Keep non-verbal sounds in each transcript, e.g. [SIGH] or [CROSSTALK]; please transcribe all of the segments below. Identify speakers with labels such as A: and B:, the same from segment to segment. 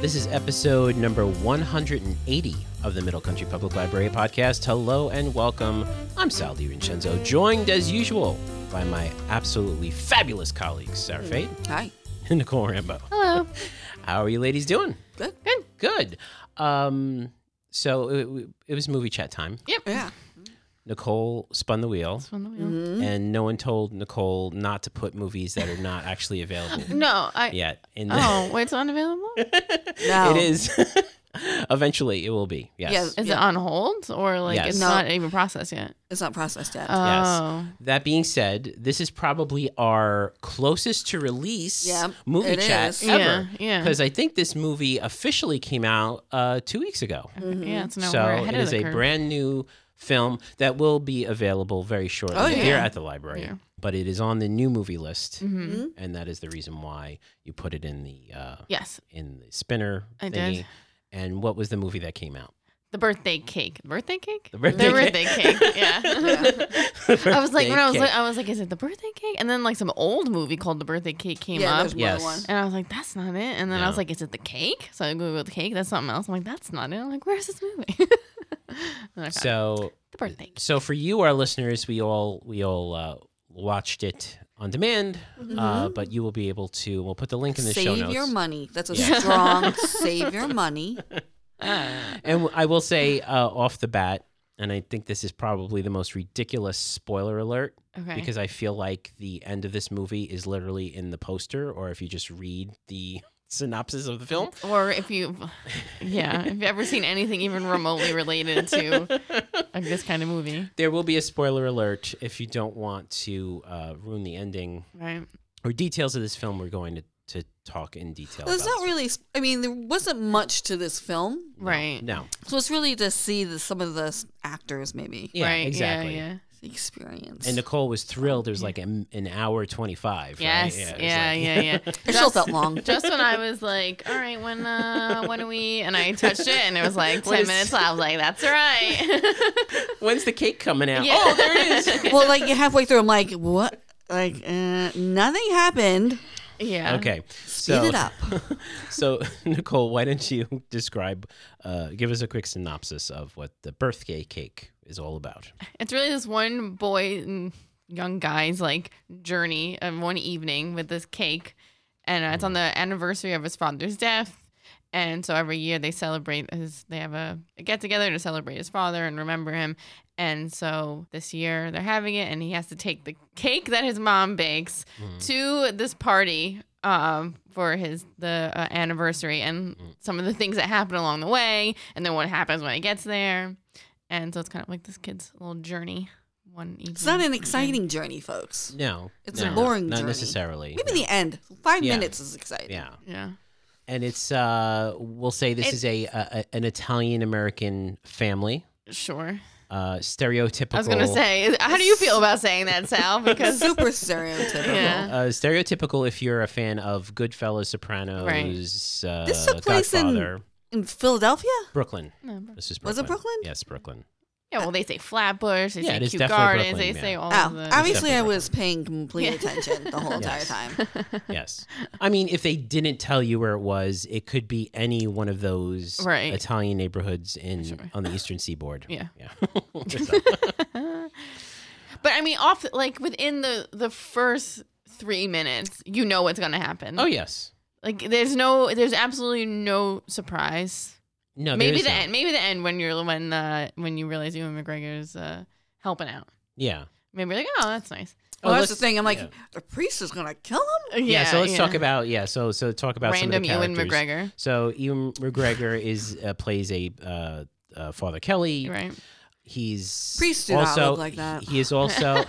A: This is episode number 180 of the Middle Country Public Library podcast. Hello and welcome. I'm Sal DiVincenzo, joined as usual by my absolutely fabulous colleagues, Sarah Fate [LAUGHS]
B: Hi.
A: and Nicole Rambo.
C: Hello.
A: [LAUGHS] How are you ladies doing?
B: Good.
A: Good. Good. Um, so it, it was movie chat time.
B: Yeah.
A: Nicole spun the wheel,
C: Spin the wheel.
B: Mhm.
A: and no one told Nicole not to put movies that are not actually available
C: No, I.
A: yet. In the-
C: Oh,
A: [LAUGHS]
C: it's unavailable? Is
A: [LAUGHS]
B: No.
A: It is. [LAUGHS] Eventually, it will be. Yes.
B: Yes.
C: it
B: Oh, Yeah.
C: on hold or like
A: Yes.
C: it's
B: No.
C: not even processed yet?
B: It's not processed yet.
C: Oh.
A: That being said, this is probably our closest to release
B: Yeah,
A: movie
B: it
A: chat
B: is.
A: ever.
C: Yeah. Yeah.
A: Because I think this movie officially came out uh, two weeks ago.
B: Mhm.
C: Yeah, it's no
A: so
C: we're ahead
A: it
C: of
A: is
C: the
A: a
C: curve.
A: brand new film that will be available very shortly
B: Oh,
A: here
C: yeah.
A: at the library.
C: Yeah.
A: But it is on the new movie list,
C: Mhm.
B: Mhm.
A: and that is the reason why you put it in the uh,
C: Yes,
A: in the spinner
C: I
A: thingy.
C: did.
A: And what was the movie that came out?
C: the birthday cake. The birthday cake.
A: The birthday [LAUGHS]
C: the birthday cake. Yeah.
A: Yeah.
C: [LAUGHS] I was like, when I was
A: Birthday
C: like, oh,
A: cake.
C: I was like, is it the birthday cake? And then like some old movie called The Birthday Cake came
B: yeah,
C: up,
B: there's more
A: Yes.
B: one.
C: and I was like, that's not it. And then I was
A: No.
C: like, is it the cake? So I googled the cake. That's something else. I'm like, that's not it. I'm like, where's this movie? [LAUGHS] and I found it.
A: so
C: the birthday. Cake.
A: so for you, our listeners, we all we all uh, watched it on demand, uh, but you will be able to. We'll put the link in the show
B: Mm-hmm. Save
A: notes.
B: your money. That's a
A: Yeah. [LAUGHS]
B: strong save your money.
A: and I will say uh, off the bat, and I think this is probably the most ridiculous spoiler alert
C: Okay.
A: because I feel like the end of this movie is literally in the poster, or if you just read the [LAUGHS] synopsis of the
B: Mm-hmm.
A: film.
C: or if you've yeah if you've ever seen anything even remotely related to like this kind of movie
A: There will be a spoiler alert if you don't want to uh, ruin the ending
C: right
A: or details of this film. We're going to, to talk in detail.
B: There's
A: about.
B: not really. s- I mean, there wasn't much to this film,
C: right
A: No.
B: so it's really to see the, some of the s- actors maybe
A: Yeah,
C: right yeah,
A: exactly.
C: yeah,
B: the experience.
A: And Nicole was thrilled. It was like an, an hour 25.
C: yes
A: right? it was
C: yeah,
A: like-
C: yeah yeah
B: it still felt long.
C: just when i was like all right when uh when are we and i touched it and it was
A: [LAUGHS]
C: like
A: What
C: 10
A: is-
C: minutes left. i was like
A: [LAUGHS]
C: that's right
A: [LAUGHS] When's the cake coming out?
C: Yeah.
A: Oh, there it is.
B: well, like halfway through, I'm like, what? Like uh, nothing happened.
C: yeah
A: Oh, Okay.
B: Speed
A: So,
B: it up.
A: so, [LAUGHS] Nicole, why don't you [LAUGHS] describe, uh, give us a quick synopsis of what the birthday cake is all about?
C: It's really this one boy and young guy's like journey of one evening with this cake. And uh, it's on the anniversary of his father's death. And so every year they celebrate his, they have a, a get together to celebrate his father and remember him. And so this year they're having it, and he has to take the cake that his mom bakes to this party um, for his the uh, anniversary and some of the things that happen along the way, and then what happens when he gets there. And so it's kind of like this kid's little journey. One evening.
A: [LAUGHS]
B: It's not an exciting journey, folks.
A: No.
B: It's
A: no,
B: a boring
A: Not
B: journey.
A: necessarily.
B: Maybe the end. Five
A: Yeah.
B: minutes is exciting.
A: Yeah.
C: Yeah.
A: And it's, uh, we'll say this is a, a an Italian American family,
C: Sure.
A: uh, stereotypical.
C: I was gonna say, how do you feel about saying that, Sal? Because
B: Super stereotypical.
C: Yeah.
A: uh, stereotypical if you're a fan of Goodfellas, Sopranos, uh,
B: This took place in-
A: Godfather,
B: In Philadelphia?
A: Brooklyn.
C: no, but-
A: This is
B: Was
A: Brooklyn.
B: it Brooklyn?
A: Yes,
C: [LAUGHS]
A: Brooklyn.
C: yeah, well, they say Flatbush, they
A: Yeah, it
C: say
A: is
C: Kew
A: definitely
C: Gardens,
A: Brooklyn,
C: they say
A: yeah.
C: all of
B: Oh,
C: the.
B: obviously I
A: Definitely
B: was paying complete
C: Yeah.
B: attention the whole entire
A: [LAUGHS] Yes.
C: [LAUGHS]
B: time.
A: Yes. I mean, if they didn't tell you where it was, it could be any one of those
C: Right.
A: Italian neighborhoods in
C: Sure.
A: on the eastern seaboard.
C: Yeah. [LAUGHS]
A: Yeah. So,
C: But I mean, off like within the the first three minutes, you know what's gonna happen.
A: oh yes.
C: Like there's no, there's absolutely no surprise.
A: No, there
C: maybe
A: is
C: the
A: no-
C: end, maybe the end when you're when uh, when you realize Ewan McGregor's uh, helping out.
A: Yeah.
C: Maybe like, oh, that's nice.
B: Well, that's
A: let's-
B: the thing. I'm like,
A: yeah.
B: the priest is gonna kill him.
A: Yeah, so let's talk about yeah, so so talk about
C: random
A: some of the
C: Ewan
A: characters.
C: McGregor,
A: So Ewan McGregor is uh, plays a uh, uh, Father Kelly.
C: right?
A: He's
B: Priests do not
A: also
B: look like that.
A: He is also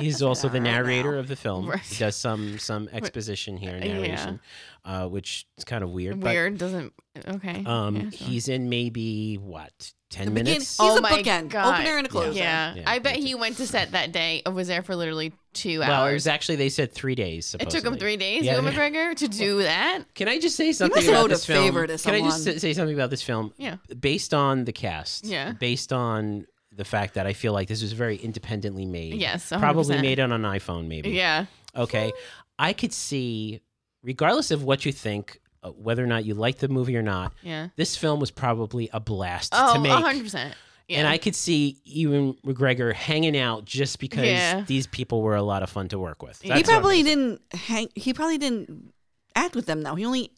A: he
C: [LAUGHS]
A: is also the
B: Yeah, I know.
A: narrator of the film.
C: Right.
A: He does some some exposition here,
C: yeah.
A: narration, uh, which is kind of weird. but-
C: Weird doesn't okay.
A: Um,
C: yeah, sure.
A: he's in maybe what ten
B: Begin-
A: minutes.
B: he's
C: Oh
B: a
C: my
B: bookend,
C: God.
B: opener and a closer.
C: yeah.
A: Yeah,
C: I bet
A: me
C: he went to set that day. and Was there for literally two
A: Well, it was
C: hours.
A: actually they said three days.
C: it
A: Supposedly.
C: took him three days,
A: Yeah.
C: Ewan McGregor, to do that.
A: Can I just say something
B: must
A: about
B: owed a
A: this film?
B: favor to
A: Can I just
B: someone.
A: say something about this film?
C: Yeah.
A: Based on the cast.
C: Yeah.
A: Based on the fact that I feel like this was very independently made.
C: Yes,
A: Probably
C: 100%.
A: made on an iPhone, maybe.
C: Yeah,
A: Okay. I could see, regardless of what you think uh, whether or not you like the movie or not,
C: Yeah.
A: this film was probably a blast
C: Oh,
A: to make.
C: 100%. Yeah.
A: And I could see even McGregor hanging out just because
C: Yeah.
A: these people were a lot of fun to work with.
C: He
B: he
A: what-
B: probably didn't hang. He probably didn't act with them though. He only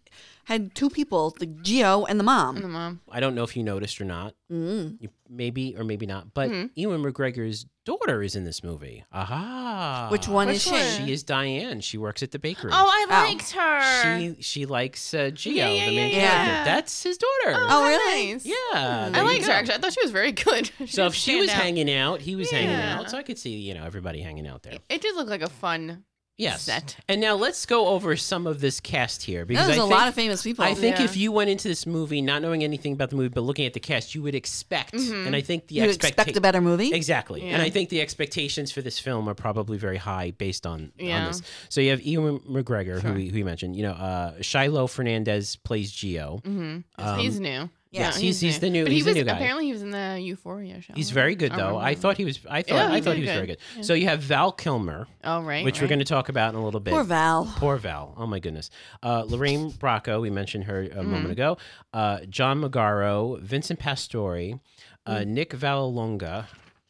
B: had two people: the Geo and the
C: And the
B: mom.
C: mom.
A: I don't know if you noticed or not,
B: Mm.
A: you, maybe or maybe not, but
C: Mhm.
A: Ewan McGregor's daughter is in this movie. Aha!
B: Which one
C: Which
B: is
C: one?
B: she?
A: She is Diane. She works at the bakery.
C: Oh, I
B: Oh.
C: liked her.
A: she she likes uh, Gio,
C: Yeah, yeah,
A: the main
C: yeah,
A: character.
C: yeah.
A: That's his daughter.
B: Oh,
C: how
B: really?
C: nice.
A: Yeah,
C: I
A: there you
C: liked her
A: go.
C: actually. I thought she was very good. [LAUGHS]
A: So if
C: did
A: she was
C: stand out.
A: hanging out, he was hanging
C: Yeah.
A: out. So I could see you know everybody hanging out there.
C: it did look like a fun
A: Yes.
C: set.
A: And now let's go over some of this cast here because
B: There's
A: I
B: a
A: think,
B: lot of famous people.
A: I think
C: Yeah.
A: if you went into this movie not knowing anything about the movie but looking at the cast, you would expect,
C: Mhm.
A: and I think the
B: you expect a
A: expectation.
B: better movie.
A: Exactly.
C: Yeah.
A: And I think the expectations for this film are probably very high based on, on
C: Yeah.
A: this. So you have Ewan McGregor, who,
C: Sure.
A: we, who you mentioned. You know, uh, Shiloh Fernandez plays Geo.
C: Mm-hmm.
A: Um,
C: he's new.
B: yeah. Yes,
C: No,
A: he's- he's the new-
C: But
A: he's
C: he
A: the
C: was
A: new guy.
C: apparently he was in the Euphoria show.
A: He's very good, though. I
C: remember.
A: thought he was. I thought.
C: Yeah,
A: I
C: he
A: thought he was
C: did
A: very good.
C: good. Yeah.
A: So you have Val Kilmer,
C: Oh right.
A: which we're
C: right.
A: going to talk about in a little bit.
B: Poor Val.
A: Poor Val. Oh my goodness. Uh, Lorraine Bracco, we mentioned her a
C: Mm-hmm.
A: moment ago. Uh, John Magaro, Vincent Pastore, uh,
C: Mm.
A: Nick Vallelonga,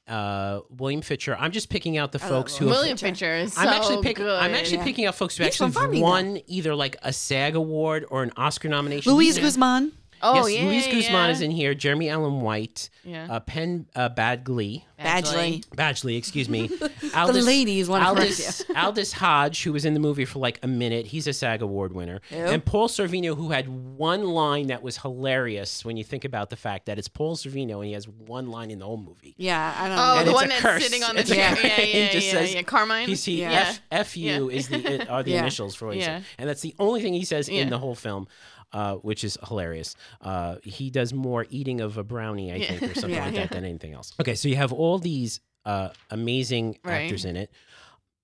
A: uh, William Fitcher. I'm just picking out the
B: I
A: folks
B: love
A: who. Have,
C: Oh, William Fincher is so
A: I'm actually picking.
C: good.
A: I'm actually
B: Yeah.
A: picking out folks who
B: He's from
A: actually
B: Farmingdale.
A: won either like a SAG award or an Oscar nomination.
B: Luis
A: These are-
B: Guzman.
C: Oh
A: yes,
C: yeah.
A: Luis Guzman
C: yeah.
A: is in here. Jeremy Allen White,
C: Yeah.
A: uh, Penn uh, Badgley,
B: Badgley.
A: Badgley, excuse me.
B: The
A: [LAUGHS] Aldous,
B: ladies want to correct you.
A: Aldous, [LAUGHS] Aldous Hodge, who was in the movie for like a minute, he's a SAG Award winner.
B: Who?
A: And Paul Sorvino, who had one line that was hilarious when you think about the fact that it's Paul Sorvino and he has one line in the whole movie.
B: Yeah, I don't
C: Oh,
A: And
B: know.
C: the
A: it's
C: one
A: a
C: that's
A: curse.
C: sitting on the
A: It's a
C: chair.
A: curse.
C: Yeah,
A: He
C: yeah,
A: just
C: yeah,
A: says-
C: yeah. Carmine.
A: He's he,
B: Yeah.
A: F, F you
C: Yeah.
A: is the it- are the
B: Yeah.
A: initials for what he says.
C: Yeah.
A: and that's the only thing he says in
C: Yeah.
A: the whole film, uh, which is hilarious. Uh, he does more eating of a brownie, I
C: Yeah.
A: think, or something
B: Yeah.
A: like that than anything else. Okay, so you have all these uh, amazing
C: Right.
A: actors in it.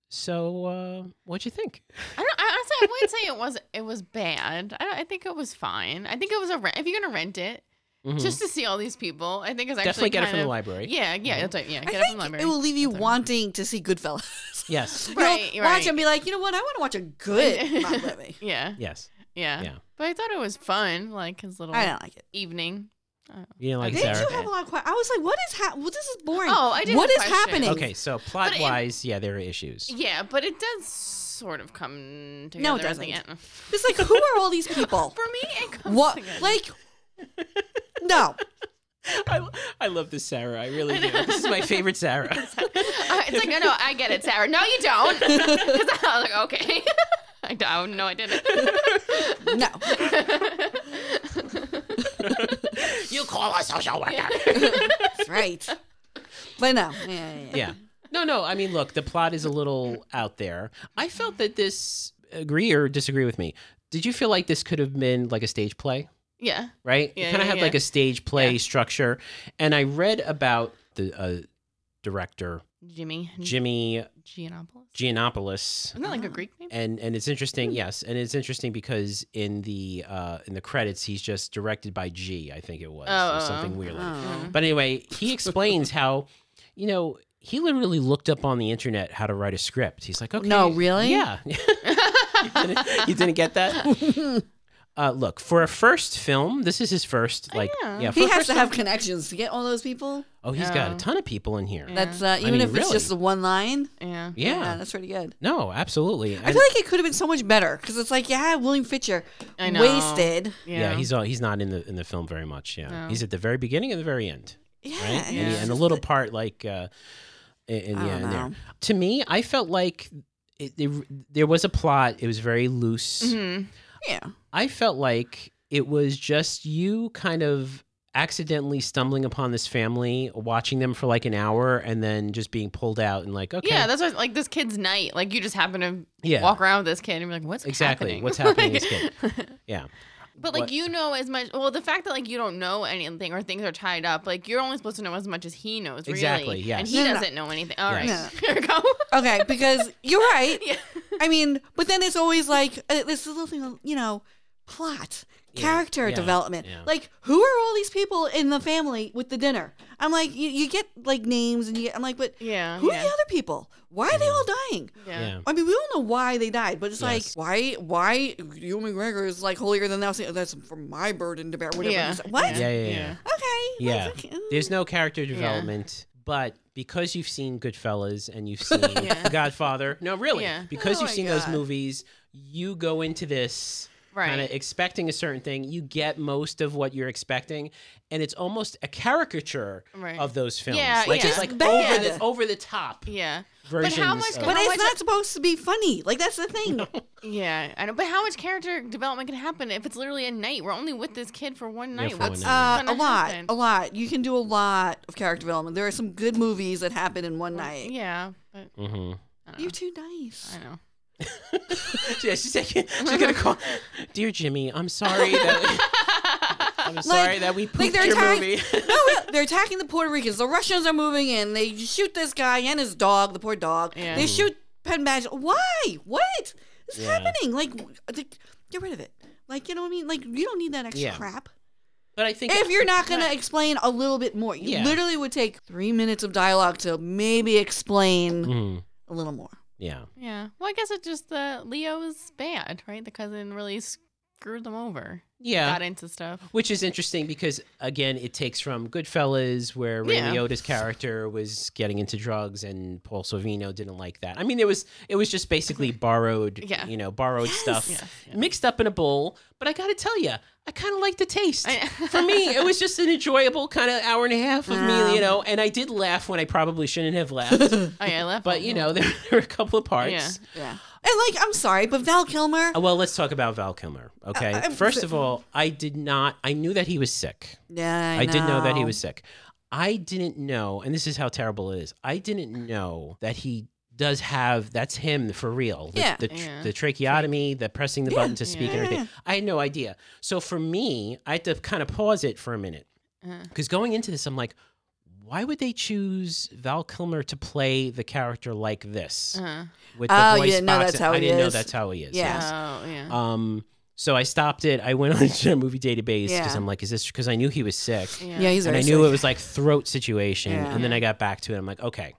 A: So uh, what'd you think?
C: I don't. I honestly, I wouldn't say it was. It was bad. I, don't- I think it was fine. I think it was a. Rent, if you're gonna rent it,
A: Mhm.
C: just to see all these people, I think it's
A: definitely
C: actually
A: get it
C: kind
A: from
C: of,
A: the library.
C: Yeah, yeah, that's right. Yeah,
B: I
C: get it from
B: think
C: the library.
B: it will leave you
C: That's right.
B: wanting to see Goodfellas. [LAUGHS]
A: Yes.
B: You'll
C: Right,
B: watch
C: right.
B: and be like, you know what? I want to watch a
C: [LAUGHS]
B: good mob movie.
C: Yeah,
A: Yes.
C: yeah,
A: Yeah.
C: But I thought it was fun, like his little
B: I don't like it.
C: evening. Oh.
A: You didn't like
C: Did
B: Didn't
A: Sarah.
B: you have a lot of questions? I was like, what is happening? Well, this is boring.
C: Oh, I did
B: What
C: have
B: is
C: questions.
B: happening?
A: Okay, so plot
C: it-
A: wise, yeah, there are issues.
C: Yeah, but it does sort of come together.
B: No, it
C: at
B: doesn't.
C: the end.
B: It's like, who are
A: [LAUGHS]
B: all these people?
C: For me, it comes
B: what?
C: together.
B: Like, no.
A: I, I love this Sarah. I really do. This is my favorite
C: [LAUGHS]
A: Sarah.
C: Uh, [LAUGHS] it's like, no, no, I get it, Sarah. No, you don't. [LAUGHS] 'Cause I was like, okay. [LAUGHS] I don't. No,
B: [LAUGHS]
C: I didn't.
B: No.
A: you call a social worker.
B: That's right. But no. Yeah, yeah, yeah.
A: Yeah. No, no. I mean, look, the plot is a little out there. I felt that this, agree or disagree with me, did you feel like this could have been like a stage play?
C: [LAUGHS] yeah.
A: right? it
C: Yeah,
A: kind of
C: yeah,
A: had like
C: yeah.
A: a stage play
C: Yeah.
A: structure. And I read about the uh, director
C: Jimmy.
A: Jimmy
C: Giannopoulos.
A: Giannopoulos.
C: Isn't that like a Greek name?
A: And and it's interesting,
C: Mm-hmm.
A: yes, and it's interesting because in the uh, in the credits he's just directed by G, I think it was, or
C: Oh,
A: something
C: oh.
A: weird. like that.
B: Oh.
A: But anyway, he explains how, you know, he literally looked up on the internet how to write a script. He's like, okay,
B: No, really?
A: yeah. [LAUGHS] you, didn't, you didn't get that?
B: [LAUGHS]
A: Uh, look, for a first film, this is his first. Like,
C: yeah.
A: yeah, for
B: He
A: a
B: has
A: first
B: to have connections to get all those people.
A: Oh, he's got a
C: Oh.
A: ton of people in here. Yeah.
C: Yeah.
B: That's uh, even
A: mean,
B: if it's
A: really.
B: just the one line.
C: Yeah.
B: that's pretty good.
A: No, absolutely.
B: I
A: And-
B: feel like it could have been so much better because it's like, yeah, William Fitcher
C: I know.
B: wasted.
A: yeah, he's all, he's not in the in the film very much. Yeah,
C: No.
A: he's at the very beginning and the very end,
B: Yeah,
A: right? And,
C: Yeah.
A: he- and a little part like uh, in, in
B: I
A: the
B: don't
A: end there.
B: know.
A: To me, I felt like it, it- there was a plot. It was very loose.
C: Mhm.
B: yeah.
A: I felt like it was just you kind of accidentally stumbling upon this family, watching them for like an hour, and then just being pulled out and like, okay,
C: Yeah, that's what, like this kid's night. Like you just happen to
A: Yeah.
C: walk around with this kid and be like, what's
A: exactly.
C: happening?
A: What's happening
C: [LAUGHS]
A: to this kid? Yeah.
C: But like
A: What-
C: you know as much. Well, the fact that like you don't know anything or things are tied up, like you're only supposed to know as much as he knows. Really.
A: Exactly, yes.
C: And he
B: No, no, no.
C: doesn't know anything. All right.
A: Yes.
C: [LAUGHS] Here we go.
B: Okay, because you're right.
C: [LAUGHS] Yeah.
B: I mean, but then it's always like uh, this little thing, you know, plot. character
A: yeah,
B: development.
A: yeah.
B: Like, who are all these people in the family with the dinner? I'm like, you, you get like names, and you get, I'm like, but
C: Yeah.
B: who
C: yeah. Mm-hmm.
B: are the other people? Why are they all dying?
C: yeah.
A: yeah.
B: I mean, we don't know why they died, but it's
A: Yes.
B: like why why Ewan McGregor is like holier than thou. saying, That's for my burden to bear. Whatever.
C: Yeah.
B: you say. What?
A: Yeah, yeah, yeah.
B: Okay.
A: [LAUGHS] Yeah.
B: that's okay.
A: There's no character development, but because you've seen Goodfellas and
B: [LAUGHS]
A: you've seen
C: Yeah.
A: The Godfather, no, really,
C: Yeah.
A: because
B: Oh
A: you've
B: my
A: seen those
B: God.
A: movies, you go into this kind
C: Right.
A: of expecting a certain thing. You get most of what you're expecting, and it's almost a caricature
C: Right.
A: of those films.
C: Yeah,
A: like
C: yeah.
A: it's like
B: Just bad.
A: over the, over the top
C: yeah.
A: versions.
C: much
A: of-
B: But
C: How
B: it's
C: much-
B: not supposed to be funny. Like that's the thing.
C: [LAUGHS] Yeah, I know. But how much character development can happen if it's literally a night? We're only with this kid for one night.
A: for one
C: What's
A: night.
B: Uh,
C: gonna
B: a lot,
C: happen?
B: a lot. You can do a lot of character development. There are some good movies that happen in one night.
C: Yeah, but
A: Mhm.
C: I don't know.
B: You're too nice.
C: I know.
A: [LAUGHS] yeah, she's taking. She's
B: Uh-huh.
A: gonna call. Dear Jimmy, I'm sorry
B: [LAUGHS]
A: that [LAUGHS] I'm sorry that we
B: like
A: pooped
B: they're
A: your
B: trying-
A: movie. [LAUGHS]
B: no, no, they're attacking the Puerto Ricans. The Russians are moving in. They shoot this guy and his dog, the poor dog.
C: Yeah.
B: They
C: Mhm.
B: shoot Penn Badger. Why? What is
A: Mm-hmm. Yeah.
B: happening? Like, w- like, get rid of it. Like, you know what I mean? Like, you don't need that extra
A: Yeah.
B: crap.
A: but I think
B: If
A: [LAUGHS]
B: you're not going to explain a little bit more, you
A: Yeah.
B: literally would take three minutes of dialogue to maybe explain
A: Mhm.
B: a
A: [LAUGHS]
B: little more.
A: yeah,
C: [LAUGHS] Yeah. Well, I guess it's just the Leo's bad, right? The cousin really screwed them over.
A: yeah.
C: Got into stuff.
A: Which is interesting because again, it takes from Goodfellas, where Ray
C: Yeah.
A: Liotta's character was getting into drugs, and Paul Sorvino didn't like that. I mean, it was it was just basically borrowed,
C: Mm-hmm. Yeah.
A: you know, borrowed stuff
C: Yes, yeah.
A: mixed up in a bowl. But I got to tell you, I kind of like the taste.
C: I- [LAUGHS]
A: For me, it was just an enjoyable kind of hour and a half of me, you know, and I did laugh when I probably shouldn't have laughed.
C: [LAUGHS] Oh, yeah, I left.
A: but
C: all-
A: you know, there, there were a couple of parts.
C: Yeah.
B: Yeah. And, like, I'm sorry, but Val Kilmer,
A: Uh, Well, let's talk about Val Kilmer. Okay,
B: I- I'm-
A: first of all, I did not. I knew that he was sick.
B: Yeah, I,
A: I did know that he was sick. I didn't know, and this is how terrible it is. I didn't know that he does have that's him for real. The,
B: Yeah.
A: the, tr-
C: Yeah.
A: the tracheotomy, the pressing the
B: Yeah.
A: button to speak
C: Yeah.
A: and everything. I had no idea. So for me, I had to kind of pause it for a minute
C: Uh,
A: because going into this, I'm like, why would they choose Val Kilmer to play the character like this
C: uh,
A: with
B: Oh,
A: the
B: you
A: voice
B: didn't know
A: box?
B: that's how
A: I
B: he
A: didn't know
B: is?
A: that's how he is.
B: Yeah.
A: yes.
C: Oh, yeah.
A: Um. So I stopped it. I went [LAUGHS] on to movie database because
B: Yeah.
A: I'm like, is this because I knew he was sick?
C: yeah.
B: Yeah, he's
A: and I
B: very
A: knew
B: sick.
A: it was like throat situation.
B: Yeah.
A: And then I got back to it. I'm like, okay.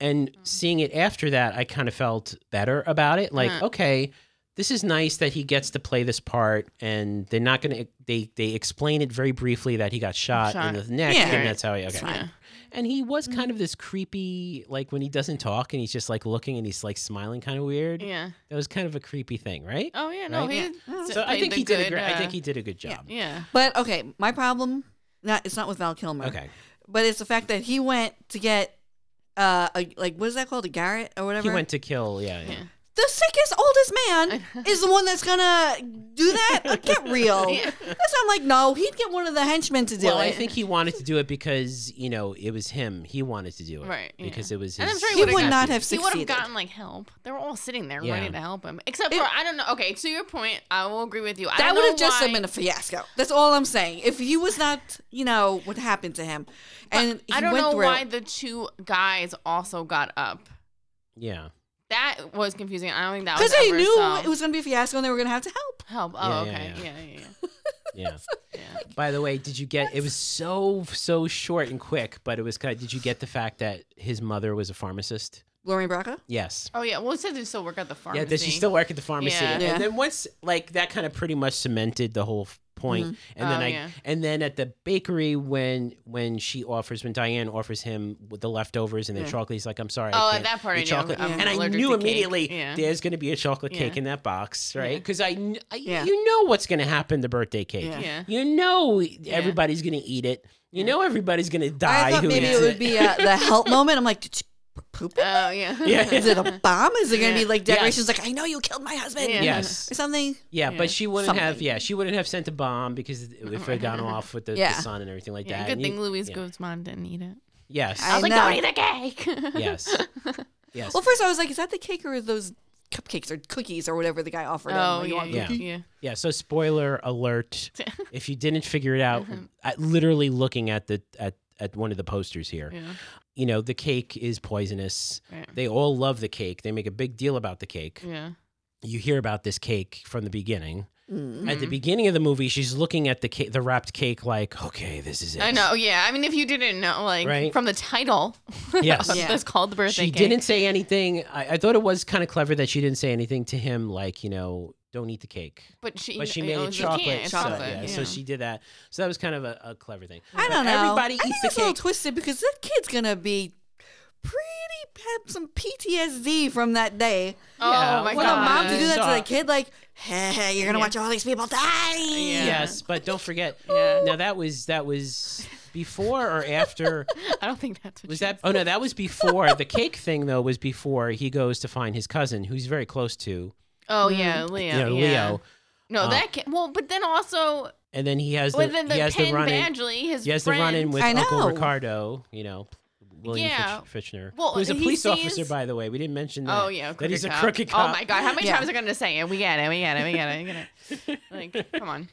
A: And seeing it after that, I kind of felt better about it. Like,
C: Huh.
A: okay, this is nice that he gets to play this part, and they're not gonna they they explain it very briefly that he got shot, in
C: Shot.
A: the neck,
B: Yeah.
A: and that's how he okay.
B: fine.
C: Yeah.
A: And he was kind of this creepy, like when he doesn't talk and he's just like looking and he's like smiling, kind of weird.
C: Yeah.
A: That was kind of a creepy thing, right?
C: Oh, yeah. No,
A: Right?
C: he.
B: Yeah.
A: So I
C: played
A: think
C: the
A: he did a
C: good,
A: great. I
C: uh,
A: think he did a good
B: yeah.
A: job.
C: Yeah.
B: But okay, my problem not it's not with Val Kilmer.
A: Okay.
B: But it's the fact that he went to get uh a, like what is that called? A Garrett or whatever?
A: He went to kill. Yeah. yeah.
C: Yeah.
B: the sickest oldest man is the one that's gonna do that? Like,
C: [LAUGHS]
B: get real.
C: Yeah.
B: That's why I'm like, no, he'd get one of the henchmen to do
A: Well,
B: it.
A: I think he wanted to do it because you know it was him. He wanted to do it,
C: Right, yeah.
A: Because it was his.
C: And I'm sure he
B: he
C: would've
B: would
C: gotten-
B: not have
C: He would have
B: succeeded.
C: gotten like help. They were all sitting there
A: Yeah.
C: ready to help him, except
B: It-
C: for I don't know. Okay, to your point, I will agree with you. I
B: that
C: don't know
B: would have just
C: why-
B: been a fiasco. That's all I'm saying. If he was not, you know, what happened to him, and he
C: I don't
B: went
C: know
B: through,
C: why the two guys also got up.
B: [LAUGHS]
A: Yeah.
C: That was confusing. I don't think that was
B: because they
C: ever
B: knew
C: solved.
B: it was gonna be a fiasco, and they were gonna have to help.
C: help.
A: Yeah,
C: Oh,
A: yeah,
C: okay.
A: yeah.
C: Yeah, yeah, yeah.
A: Yeah.
C: yeah.
A: By the way, did you get? It was so so short and quick, but it was kind. Of, did you get the fact that his mother was a pharmacist?
B: Lorraine Bracca.
A: Yes.
C: Oh yeah. Well, it said they still work at the pharmacy.
A: Yeah, does she still work at the pharmacy?
C: Yeah.
B: Yeah.
A: And then once like that kind of pretty much cemented the whole f- point. And then
C: Oh,
A: I
C: yeah.
A: and then at the bakery when when she offers when Diane offers him with the leftovers and the
B: Yeah.
A: chocolate, he's like, I'm sorry.
C: Oh,
A: I
C: at
A: can't
C: that part I
A: eat
C: knew.
A: chocolate.
C: I'm
A: And I
C: allergic
A: knew
C: to cake.
A: immediately
C: Yeah.
A: there's gonna be a chocolate cake
C: Yeah.
A: in that box, right?
C: Yeah.
A: Because I, kn- I
B: Yeah.
A: you know what's gonna happen to birthday cake.
B: Yeah.
C: Yeah.
A: You know everybody's gonna eat it. You know everybody's gonna die.
B: I thought
A: who
B: maybe
A: eats
B: it
A: [LAUGHS]
B: would be uh, the help moment. I'm like, did she poop? it?
C: Oh yeah.
A: Yeah.
B: Is
A: [LAUGHS]
B: it a bomb? Is it going to
C: Yeah.
B: be like
A: Yes.
B: decorations? Like, I know you killed my husband.
C: Yeah.
A: Yes.
B: Or something.
A: Yeah,
C: Yeah.
A: but she wouldn't have.
B: Something.
A: Yeah, she wouldn't have sent a bomb because it would have gone off with the, the
B: Yeah.
A: sun and everything like
C: [LAUGHS] Yeah,
A: that.
C: Good
A: And
C: thing
A: you-
C: Louise
A: yeah.
C: Guzman didn't eat it. Oh,
A: Yes.
B: I
C: was like,
B: know.
C: don't eat the
B: [LAUGHS]
C: cake.
A: [LAUGHS]
C: [LAUGHS]
A: yes. Yes.
B: Well, first I was like, is that the cake or those cupcakes or cookies or whatever the guy offered? him?
C: Oh
B: Like, you
C: yeah.
B: want
C: Yeah.
A: yeah.
B: cookie?
C: yeah.
A: yeah. So, spoiler alert:
C: [LAUGHS]
A: if you didn't figure it out,
C: Mm-hmm.
A: at literally looking at the at at one of the posters here,
C: Yeah.
A: you know the cake is poisonous.
C: Right.
A: They all
C: Mm.
A: love the cake. They make a big deal about the cake.
C: Yeah.
A: You hear about this cake from the beginning.
B: Mm.
A: At
C: Mm-hmm.
A: the beginning of the movie, she's looking at the ca- the wrapped cake like, okay, this is it.
C: I know. Yeah. I mean, if you didn't know, like
A: Right.
C: from the title, [LAUGHS]
A: Yes.
B: Yeah.
C: that's called the birthday
A: She
C: cake.
A: didn't say anything. I, I thought it was kind of clever that she didn't say anything to him, like you know, don't eat the cake.
C: but she,
A: But she
C: you
A: made
C: know,
A: it
C: she
A: chocolate,
C: can't, it's
A: so,
C: chocolate,
A: yeah,
C: yeah.
A: so she did that. So that was kind of a, a clever thing.
B: I
A: But
B: don't know.
A: Everybody
B: I
A: eats
B: think
A: the
B: it's a little
A: cake.
B: twisted because that kid's gonna be pretty have some PTSD from that day.
C: Oh
A: Yeah,
C: my
B: For the
A: well,
C: god.
B: mom to do that to
A: Saw-
B: the kid, like, hey, hey, you're gonna
C: Yeah.
B: watch all these people die.
C: Yeah.
A: Yes, but don't forget.
C: Yeah.
A: Now that was that was before or after
C: I don't think that's what
A: was
C: she
A: that? Oh no, that was before the cake thing though. Was before he goes to find his cousin, who's very close to
C: Oh yeah, Leo.
A: you know, Mm.
C: yeah.
A: Leo,
C: No,
A: Uh,
C: that can, well, but then also
A: and then he has the,
C: well, then the
A: he has the
C: Ken
A: run in.
C: Badgley, his
A: He has the
C: friend.
A: run in with
B: I
A: Uncle
B: know.
A: Ricardo. You know. William
C: Yeah.
A: Fitch- Fitchner,
C: Well,
A: who's a
C: he
A: police
C: sees-
A: officer, by the way. We didn't mention that.
C: Oh yeah,
A: that he's a
C: cop.
A: crooked cop.
C: Oh my god, how many
B: Yeah.
C: times am I gonna say it? We get it, we get it, we get it, we get
A: [LAUGHS]
C: it. Like, come on.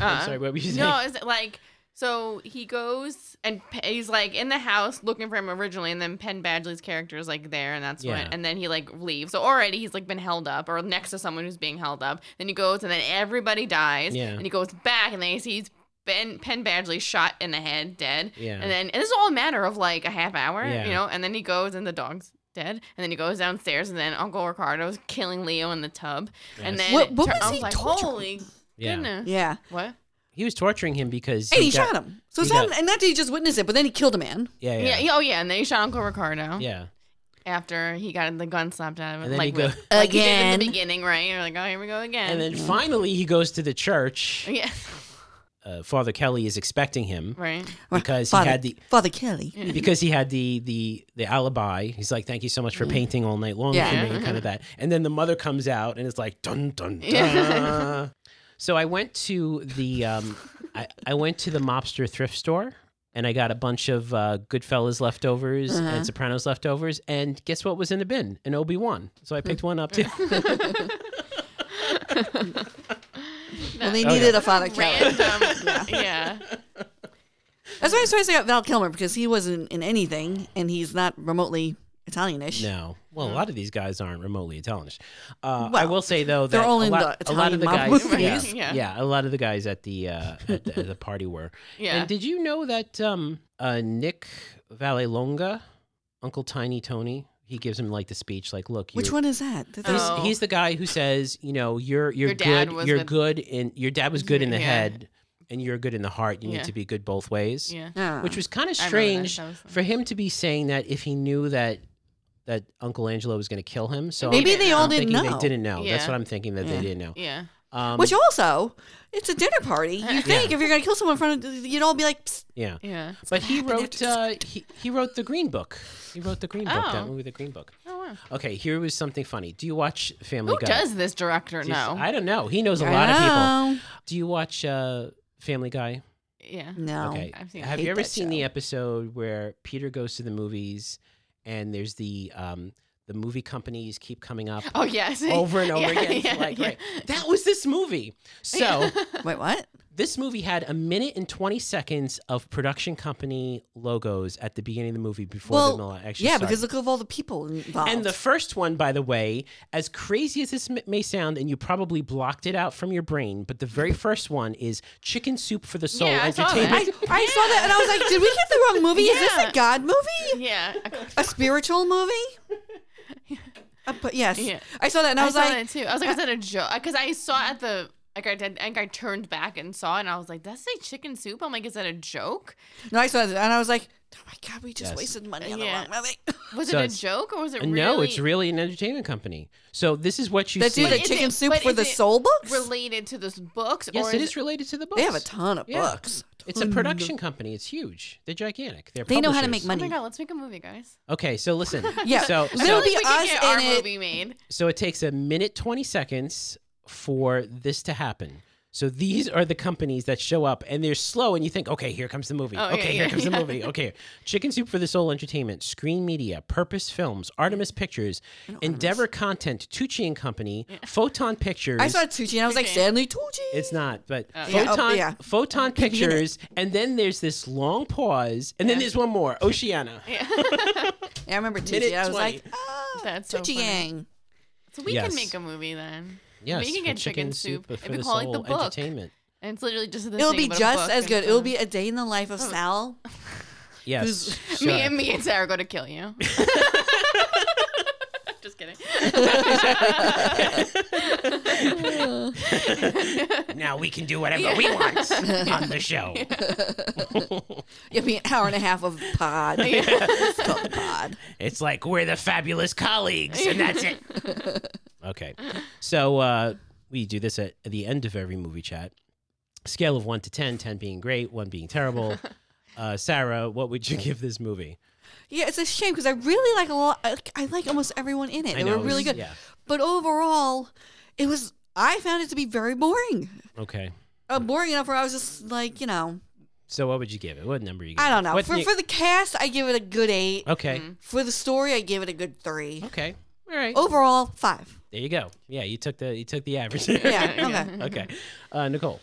C: Uh,
A: I'm sorry, what were you saying?
C: No, it's like so he goes and P- he's like in the house looking for him originally, and then Penn Badgley's character is like there, and that's when,
A: Yeah.
C: and then he like leaves. So already he's like been held up or next to someone who's being held up. Then he goes, and then everybody dies.
A: Yeah.
C: And he goes back, and then he sees Ben Penn Badgley shot in the head, dead.
A: Yeah.
C: And then and this is all a matter of like a half hour,
A: Yeah.
C: you know. And then he goes, and the dog's dead. And then he goes downstairs, and then Uncle Ricardo's killing Leo in the tub. And
A: Yes.
C: then
B: What- what
C: tur-
B: was
C: I
B: he
C: was like,
B: torturing?
C: holy
A: Yeah.
C: goodness,
B: Yeah.
C: what?
A: He was torturing him because
B: And he
A: got-
B: shot him. So it's
A: he
B: not,
A: got-
B: and not that he just witnessed it, but then he killed a man.
A: Yeah,
C: Yeah.
A: yeah,
C: yeah, Oh, yeah. And then he shot Uncle Ricardo
A: yeah.
C: after he got the gun slapped out of him.
A: And then
C: like,
A: he go-
C: with- like he did at the
B: Again.
C: beginning, right? You're like, oh, here we go again.
A: And then finally, he goes to the church.
C: [LAUGHS] yeah,
A: Uh, Father Kelly is expecting him
C: right.
A: because
B: Father,
A: he had the
B: Father Kelly.
A: [LAUGHS] because he had the the the alibi. He's like, "Thank you so much for painting all night long
B: Mm. Yeah. Mm-hmm.
A: for me," and kind of that. And then the mother comes out and it's like, "Dun
B: [LAUGHS]
A: dun
C: Yeah.
A: dun." so I went to the um, I, I went to the mobster thrift store. And I got a bunch of uh, Goodfellas leftovers
B: Uh-huh.
A: and Sopranos leftovers, and guess what was in the bin? An Obi Wan. So I
B: Hmm.
A: picked one up
B: [LAUGHS]
A: too.
B: Well, they
A: Oh, yeah.
B: needed a Father Kelly.
C: Random.
B: [LAUGHS]
C: yeah.
B: That's why I was trying to say about Val Kilmer because he wasn't in anything and he's not remotely Italianish.
A: No. Well, a lot of these guys aren't remotely Italianish. Uh, I
B: Well,
A: will say though that
B: they're all
A: a
B: in
A: lot,
B: the
A: a lot of
B: Italian
A: the
B: mob
A: guys,
B: [LAUGHS] movies.
A: yeah,
C: Yeah.
A: yeah, a lot of the guys at the uh, at the, at the party were.
C: Yeah.
A: And did you know that um, uh, Nick Vallelonga, Uncle Tiny Tony, he gives him like the speech, like, "Look,
B: Which
A: you're-
B: one is that? That
A: He's,
B: there's-
C: Oh.
A: he's the guy who says, you know, you're you're
C: Your dad
A: good,
C: was
A: you're
C: with-
A: good in your dad was good in the
C: Yeah.
A: head, and you're good in the heart. You
C: Yeah.
A: need to be good both ways."
C: Yeah.
B: Ah.
A: which was kind of
C: I remember that.
A: strange
C: That was fun.
A: for him to be saying that if he knew that that Uncle Angelo was going to kill him. So
C: Maybe
A: I'm,
B: Maybe
C: didn't
B: they all
A: I'm
B: didn't
A: thinking
B: know.
A: They didn't know. That's
C: Yeah.
A: what I'm thinking that they
B: Yeah.
A: didn't know.
C: Yeah.
A: Um,
B: Which also, it's a dinner party. You think if you're gonna kill someone in front of, you'd all be like, Psst,
A: yeah.
C: Yeah.
A: But he wrote uh,
B: after
A: he, he wrote the Green Book. He wrote the Green Book. That
C: Oh.
A: movie, the Green Book.
C: Oh, wow.
A: Okay, here was something funny. Do you watch Family
C: Who
A: Guy?
C: does this director
A: Do you-
C: know?
A: I don't know. He knows a
B: I
A: lot of people.
B: know.
A: Do you watch uh, Family Guy?
C: yeah.
B: No.
A: Okay.
C: I've seen it.
A: Have
B: Hate
A: you ever
B: that
A: seen the
B: show.
A: episode where Peter goes to the movies and there's the um, the movie companies keep coming up
C: Oh yes.
A: over and over
C: [LAUGHS] Yeah,
A: again?
C: yeah,
A: like,
C: yeah.
A: right, that was this movie. So
B: Wait, what?
A: this movie had a minute and twenty seconds of production company logos at the beginning of the movie before
B: Well,
A: the Milan actually.
B: Yeah,
A: started.
B: because look of all the people involved.
A: And the first one, by the way, as crazy as this m- may sound, and you probably blocked it out from your brain, but the very first one is Chicken Soup for the Soul
C: Yeah, I saw that.
A: Entertainment.
B: I, I saw that and I was like, did we get the wrong movie? Is this
C: Yeah.
B: a God movie?
C: Yeah.
B: [LAUGHS] A spiritual movie? Uh, but yes,
C: Yeah.
B: I saw that and I,
C: I,
B: was
C: saw
B: like,
C: that too. I was like, is that a joke? Because I saw it at the like I did. I think I turned back and saw it, and I was like, "That's say chicken soup." I'm like, "Is that a joke?
B: no, I saw that and I was like, oh my god, we just
A: Yes.
B: wasted money on
C: Yeah.
B: the wrong movie.
C: Was
A: So
C: it a
A: it's-
C: joke or was it
A: Uh,
C: really?"
A: No, it's really an entertainment company. So this is
B: [LAUGHS]
A: what you
B: That
A: see.
B: do the
C: is
B: chicken
C: it-
B: soup
C: but
B: for
C: is
B: the
C: it
B: soul books.
C: related to those books.
A: yes,
C: or
A: it is related to the books.
B: They have a ton of
A: Yeah.
B: books.
A: It's a production company. It's huge. They're gigantic. They're
B: They know how to
A: publishers.
B: make
C: Oh
B: money.
C: my god, let's make a movie, guys.
A: Okay, so listen.
B: [LAUGHS] Yeah.
A: So
B: I
C: I feel
A: so,
B: It'll
C: like
B: be
C: we can
B: us
C: get our
B: in it.
C: movie made.
A: so it takes a minute twenty seconds for this to happen. So these are the companies that show up, and they're slow, and you think, okay, here comes the movie.
C: Oh, yeah,
A: okay, here
C: yeah,
A: comes the
C: yeah. [LAUGHS]
A: movie. Okay, Chicken Soup for the Soul Entertainment, Screen Media, Purpose Films, Artemis Pictures, Endeavor Content, Tucci and Company, Photon Pictures.
B: I saw Tucci and I was like,
C: Okay.
B: Stanley Tucci.
A: It's not, but
B: Yeah, oh,
A: photon
B: yeah.
C: [LAUGHS]
A: photon
B: in it.
A: pictures, and then there's this long pause, and then there's one more, Oceana.
B: Yeah, I remember Tucci.
A: Minute
B: I was
A: 20.
B: like, oh,
C: That's so
B: Tucci
C: funny.
B: Yang.
C: So we
A: Yes.
C: can make a movie then.
A: Yes,
C: you can
A: for
C: get
A: chicken
C: chicken
A: soup,
C: soup.
A: but for
C: It'd be
A: the
C: called, like,
A: soul
C: The Book.
A: entertainment.
C: and it's literally just the
B: It'll
C: thing
B: be
C: about a
B: just
C: book Oh.
B: as
C: and
B: good.
C: some-
B: It'll be a day in the life of Sal.
A: Yes,
C: me
A: sure.
C: and me and Sarah go to
B: [LAUGHS]
C: kill you. [LAUGHS] just kidding.
A: now we can do whatever we want
B: [LAUGHS]
A: on the show.
B: It'll be an hour and a half of pod.
C: [LAUGHS]
B: [LAUGHS] It's called pod.
A: It's like we're the fabulous colleagues, and that's it.
B: [LAUGHS]
A: okay, so uh, we do this at the end of every movie chat. Scale of one to 10, 10 being great, one being
B: [LAUGHS]
A: terrible. Uh, Sarah, what would you give this movie?
B: Yeah, it's a shame because I really like a lot. I, I like almost everyone in it.
A: I
B: They were
A: know,
B: really
A: it's-
B: good.
A: yeah.
B: But overall, it was. I found it to be very boring.
A: Okay,
B: Uh, boring enough where I was just like, you know,
A: so what would you give it? What number you? Give
B: I don't
A: it?
B: know.
A: What
B: For,
A: you-
B: for the cast, I give it a good eight.
A: okay,
B: For Mm. the story, I give it a good three.
A: okay, all right.
B: Overall,
A: [LAUGHS]
B: five.
A: There you go. Yeah, you took the you took the average.
B: Yeah.
C: [LAUGHS]
B: Okay.
A: [LAUGHS] okay, uh, Nicole,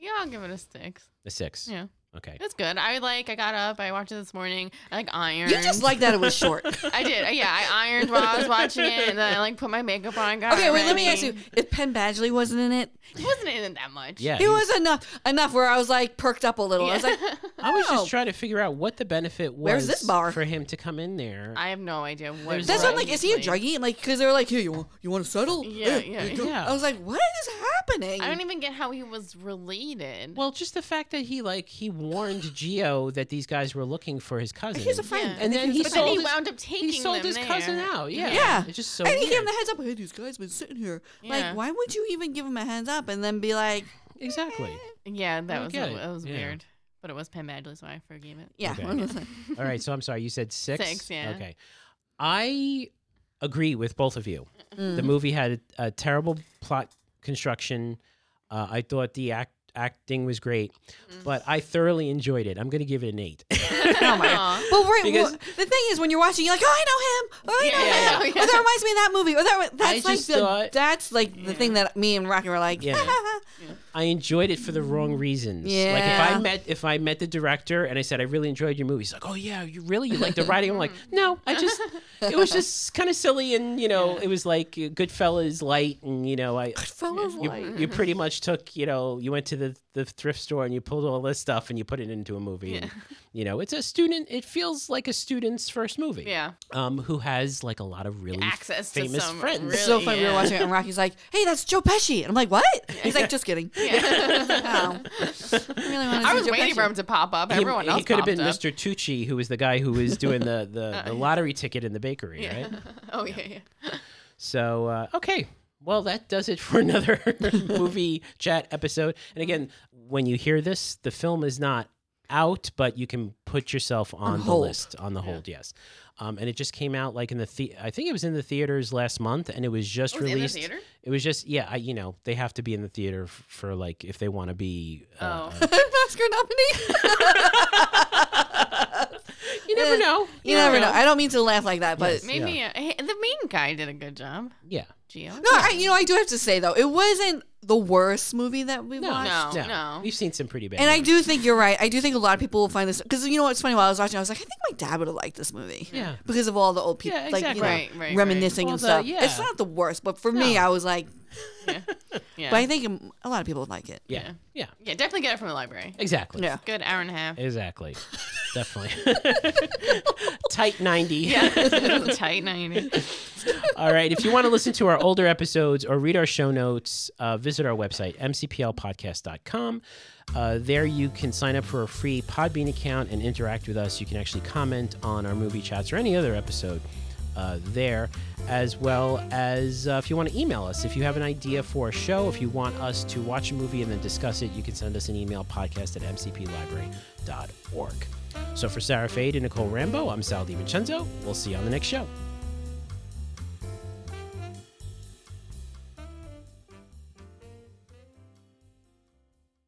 C: Yeah, I'll give it a six.
A: the six.
C: Yeah,
A: Okay.
C: it's good. I like. I got up. I watched it this morning. I like iron.
B: You just like that it was
A: [LAUGHS]
B: short.
C: I did. Yeah, I ironed while I was watching it, and then I like put my makeup on. Got
B: Okay, wait. Let me
C: ready.
B: ask you: If Penn Badgley wasn't in it,
C: He wasn't in it that much.
A: Yeah.
B: it was enough enough where I was like perked up a little. I was like,
A: I was
B: Oh.
A: just trying to figure out what the benefit was
B: Where's this bar?
A: for him to come in there.
C: I have no idea what.
B: That's
C: role
B: why I'm like,
C: he
B: is he a
C: played.
B: druggie? Like, because they were like, here, you want, you want to settle?
C: Yeah,
B: Eh,
C: yeah,
B: you do-
A: yeah.
B: I was like, what is happening?
C: I don't even get how he was related.
A: well, just the fact that he like he warned Geo that these guys were looking for his cousin.
B: He's a friend.
C: Yeah.
A: And then
B: he's
A: he
B: a
C: but
A: sold
C: then he
A: his-
C: wound up
A: he
C: taking
A: sold
C: them
A: his
C: there.
A: cousin out. Yeah.
B: Yeah.
A: It's just so
B: and he gave him
A: weird.
B: the heads up. Hey, these guys been sitting here.
C: Yeah.
B: Like, why would you even give him a heads up and then be like, [LAUGHS]
A: Exactly.
C: Yeah, that was
A: get it.
C: that was
A: Yeah.
C: weird. But it was Penn Badgley, so I forgave it.
A: [LAUGHS]
B: yeah,
A: Okay.
B: what was
C: [LAUGHS]
B: that?
A: All right, so I'm sorry, you said 6.
C: Six, yeah.
A: Okay. I agree with both of you.
B: Mm.
A: The movie had a terrible plot construction. Uh, I thought the act acting was great,
B: Mm.
A: but I thoroughly enjoyed it. I'm going to give it an [LAUGHS] 8.
B: oh my god. Well, right.
A: Because-
B: well, the thing is, when you're watching, you're like, oh, I know him. Oh, I
C: Yeah,
B: know
C: yeah,
B: him.
C: yeah.
B: Or that reminds me of that movie. Or that. That's
A: I
B: like
A: just
B: the.
A: thought-
B: that's like the thing that me and Rocky were like.
A: Yeah. I enjoyed it for the wrong reasons. Like if
B: Yeah.
A: I met if I met the director and I said I really enjoyed your movie, he's like, "Oh yeah, you really you like the writing?" I'm like, "No, I just it was just kind of silly and you know it was like uh, Goodfellas light and you know I
B: Fellas
A: you,
B: like.
A: you pretty much took you know you went to the the thrift store and you pulled all this stuff and you put it into a movie. And, you know it's a student. It feels like a student's first movie. [LAUGHS]
C: Yeah.
A: Um, who has like a lot of really
C: Access to
A: famous
C: some
A: friends.
B: It's
C: really-
B: so funny. We were
C: yeah.
B: watching it, and Rocky's like, "Hey, that's Joe Pesci," and I'm like, "What?" He's like, "Just kidding."
C: [LAUGHS]
B: Oh. I really want to
C: I was waiting
B: [LAUGHS]
C: for him to pop up. Everyone
A: he,
C: else
A: he could have been
C: popped
A: Mr.
C: up.
A: Tucci, who was the guy who was doing the,
C: [LAUGHS]
A: the, the lottery ticket in the bakery, right?
C: Oh [LAUGHS] yeah, yeah.
A: So, uh, okay. Well, that does it for [LAUGHS] another
C: [LAUGHS]
A: movie chat episode. And again, when you hear this, the film is not out, but you can put yourself on, the
B: hold.
A: list, on the hold, yes. Um, and it just came out like in the, the I think it was in the theaters last month, and it was just
C: It Oh, was in the
A: released.
C: theater?
A: It was just, yeah, I, you know, they have to be in the theater f- for like if they want to be. Uh,
C: Oh.
B: Oscar nominee.
C: Oh.
A: [LAUGHS] you never
C: [LAUGHS]
B: Eh,
A: know.
B: You never know. I don't mean to laugh like that, but
A: Yes.
C: Maybe uh, hey, the main guy did a good job.
A: Yeah.
C: Geo.
B: no, I, you know, I do have to say though, it wasn't the worst movie that we watched.
C: No, no.
A: We've seen some pretty bad.
B: And I
A: movies.
B: do think you're right. I do think a lot of people will find this because you know what's funny. While I was watching, I was like, I think my dad would have liked this movie.
A: Yeah.
B: Because of all the old people,
A: Yeah,
B: like
A: exactly.
B: you know,
C: Right, right,
B: reminiscing
A: right.
B: and
A: All
B: stuff.
A: the-
B: It's
A: yeah.
B: not the worst, but for me,
A: No.
B: I was like,
C: Yeah.
B: but I think um, a lot of people would like it.
A: Yeah. Yeah.
C: yeah, definitely get it from the library.
A: Exactly.
B: Yeah.
C: Good hour and
A: [LAUGHS]
C: a half.
A: Exactly. Definitely. [LAUGHS] Tight 90.
C: [LAUGHS] Yeah. Tight ninety.
A: All right. If you want to listen to our older episodes or read our show notes, uh, visit our website, mcplpodcast.com. Uh, there you can sign up for a free Podbean account and interact with us. You can actually comment on our movie chats or any other episode uh, there, as well as uh, if you want to email us. If you have an idea for a show, if you want us to watch a movie and then discuss it, you can send us an email podcast at mcplibrary.org. So for Sarah Fade and Nicole Rambo, I'm Sal DiVincenzo. We'll see you on the next show.